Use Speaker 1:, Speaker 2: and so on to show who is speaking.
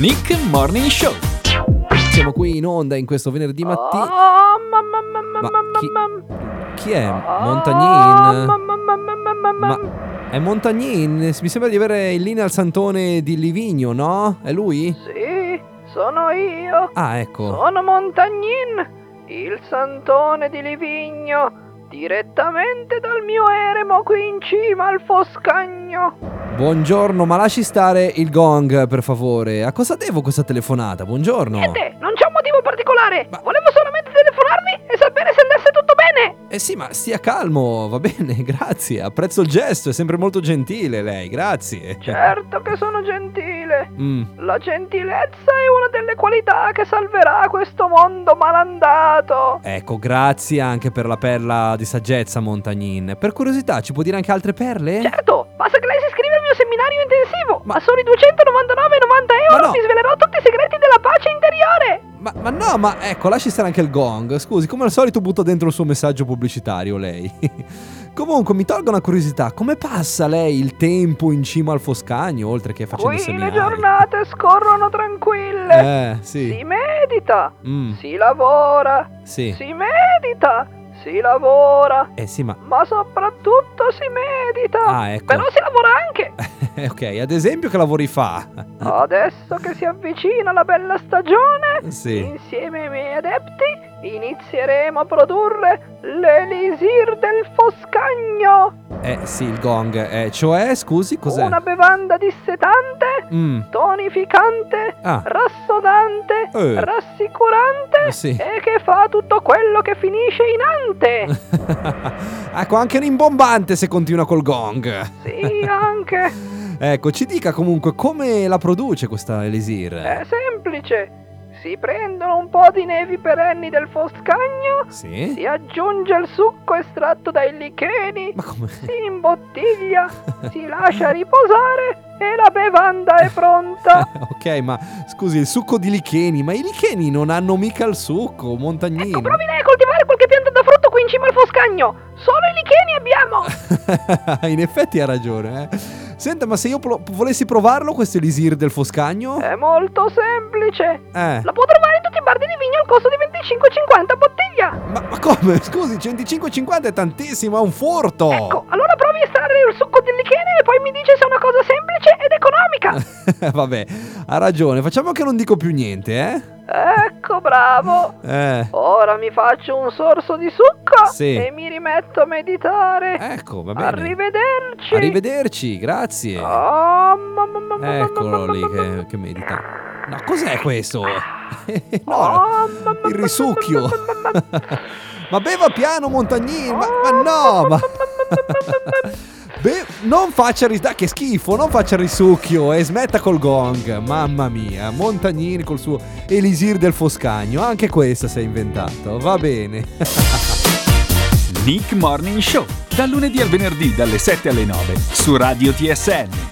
Speaker 1: Nick Morning Show. Siamo qui in onda in questo venerdì mattina.
Speaker 2: Oh, mamma, mamma,
Speaker 1: Ma
Speaker 2: mamma,
Speaker 1: chi-
Speaker 2: mamma.
Speaker 1: Chi è?
Speaker 2: Ah. Oh,
Speaker 1: Montagnin?
Speaker 2: mamma, mamma, mamma, mamma.
Speaker 1: Ma è Montagnin? Mi sembra di avere in linea il santone di Livigno, no? È lui?
Speaker 2: Sì, sono io.
Speaker 1: Ah, ecco.
Speaker 2: Sono Montagnin, il santone di Livigno, direttamente dal mio eremo qui in cima al Foscagno.
Speaker 1: Buongiorno, ma lasci stare il gong, per favore. A cosa devo questa telefonata?
Speaker 2: E
Speaker 1: Buongiorno.
Speaker 2: te, non c'è un motivo particolare.
Speaker 1: Ma-
Speaker 2: Volevo solamente telefonarvi e sapere se andasse tutto bene.
Speaker 1: Eh sì, ma stia calmo, va bene, grazie. Apprezzo il gesto, è sempre molto gentile lei, grazie.
Speaker 2: Certo che sono gentile.
Speaker 1: Mm.
Speaker 2: La gentilezza è una delle qualità che salverà questo mondo malandato.
Speaker 1: Ecco, grazie anche per la perla di saggezza, Montagnin. Per curiosità, ci può dire anche altre perle?
Speaker 2: Certo, basta che lei si iscrive al mio seminario intensivo.
Speaker 1: Eh. Ma-
Speaker 2: Ma solo i 299,90 euro
Speaker 1: Ma no.
Speaker 2: ti svelerò tutti i segreti della pace interiore.
Speaker 1: Ma, ma no, ma ecco, lasci stare anche il gong. Scusi, come al solito butta dentro il suo messaggio pubblicitario lei. Comunque, mi tolgo una curiosità. Come passa lei il tempo in cima al Foscagno, oltre che facendo
Speaker 2: Qui
Speaker 1: seminari?
Speaker 2: le giornate scorrono tranquille.
Speaker 1: Eh, sì.
Speaker 2: Si medita,
Speaker 1: Mm,
Speaker 2: si lavora,
Speaker 1: sì.
Speaker 2: si medita, si lavora,
Speaker 1: Eh sì, ma...
Speaker 2: ma soprattutto si medita.
Speaker 1: Ah, ecco.
Speaker 2: Però si lavora anche.
Speaker 1: ok, ad esempio che lavori fa?
Speaker 2: Adesso che si avvicina la bella stagione,
Speaker 1: Sì.
Speaker 2: Insieme ai miei adepti inizieremo a produrre l'elisir del Foscagno,
Speaker 1: Eh sì, il gong. Eh, cioè, scusi, cos'è?
Speaker 2: una bevanda dissetante,
Speaker 1: Mm.
Speaker 2: tonificante,
Speaker 1: Ah,
Speaker 2: rassodante,
Speaker 1: Eh.
Speaker 2: rassicurante
Speaker 1: Sì.
Speaker 2: e che fa tutto quello che finisce in ante.
Speaker 1: ecco, anche rimbombante se continua col gong.
Speaker 2: sì, anche.
Speaker 1: Ecco, ci dica comunque come la produce questa Elisir.
Speaker 2: È semplice. Si prendono un po' di nevi perenni del Foscagno,
Speaker 1: Sì?
Speaker 2: si aggiunge il succo estratto dai licheni,
Speaker 1: Ma come?
Speaker 2: si imbottiglia, si lascia riposare e la bevanda è pronta.
Speaker 1: ok, ma scusi, il succo di licheni, ma i licheni non hanno mica il succo, montagnino.
Speaker 2: Ecco, provi lei a coltivare qualche pianta da frutto qui in cima al foscagno. Solo i licheni abbiamo.
Speaker 1: In effetti ha ragione, eh. Senta, ma se io pro- volessi provarlo questo Elisir del Foscagno?
Speaker 2: È molto semplice.
Speaker 1: Eh.
Speaker 2: La può trovare in tutti i bar di vigno al costo di 25,50 a bottiglia.
Speaker 1: Ma, ma come? Scusi, 105,50 è tantissimo, è un furto.
Speaker 2: Ecco, allora provi a estrarre il succo del lichene e poi mi dice se è una cosa semplice ed economica.
Speaker 1: Vabbè, ha ragione, facciamo che non dico più niente,
Speaker 2: ecco, bravo.
Speaker 1: eh? Eh.
Speaker 2: Ora mi faccio un sorso di succo
Speaker 1: Sì.
Speaker 2: e mi rimetto a meditare.
Speaker 1: Ecco, va bene.
Speaker 2: Arrivederci.
Speaker 1: Arrivederci, grazie.
Speaker 2: Oh, mamma, mamma,
Speaker 1: Eccolo
Speaker 2: mamma,
Speaker 1: lì
Speaker 2: mamma,
Speaker 1: che, che medita. No, cos'è questo? no,
Speaker 2: mamma, mamma,
Speaker 1: il risucchio.
Speaker 2: mamma, mamma, mamma,
Speaker 1: ma beva piano Montagnini, ma, ma
Speaker 2: mamma,
Speaker 1: no, ma...
Speaker 2: mamma, mamma, mamma,
Speaker 1: Beh, non faccia ris- dai, che schifo, non faccia il risucchio e smetta col gong, mamma mia, Montagnini col suo elisir del foscagno, anche questa si è inventato, va bene.
Speaker 3: Nick Morning Show, dal lunedì al venerdì dalle 7 alle 9 su Radio TSN.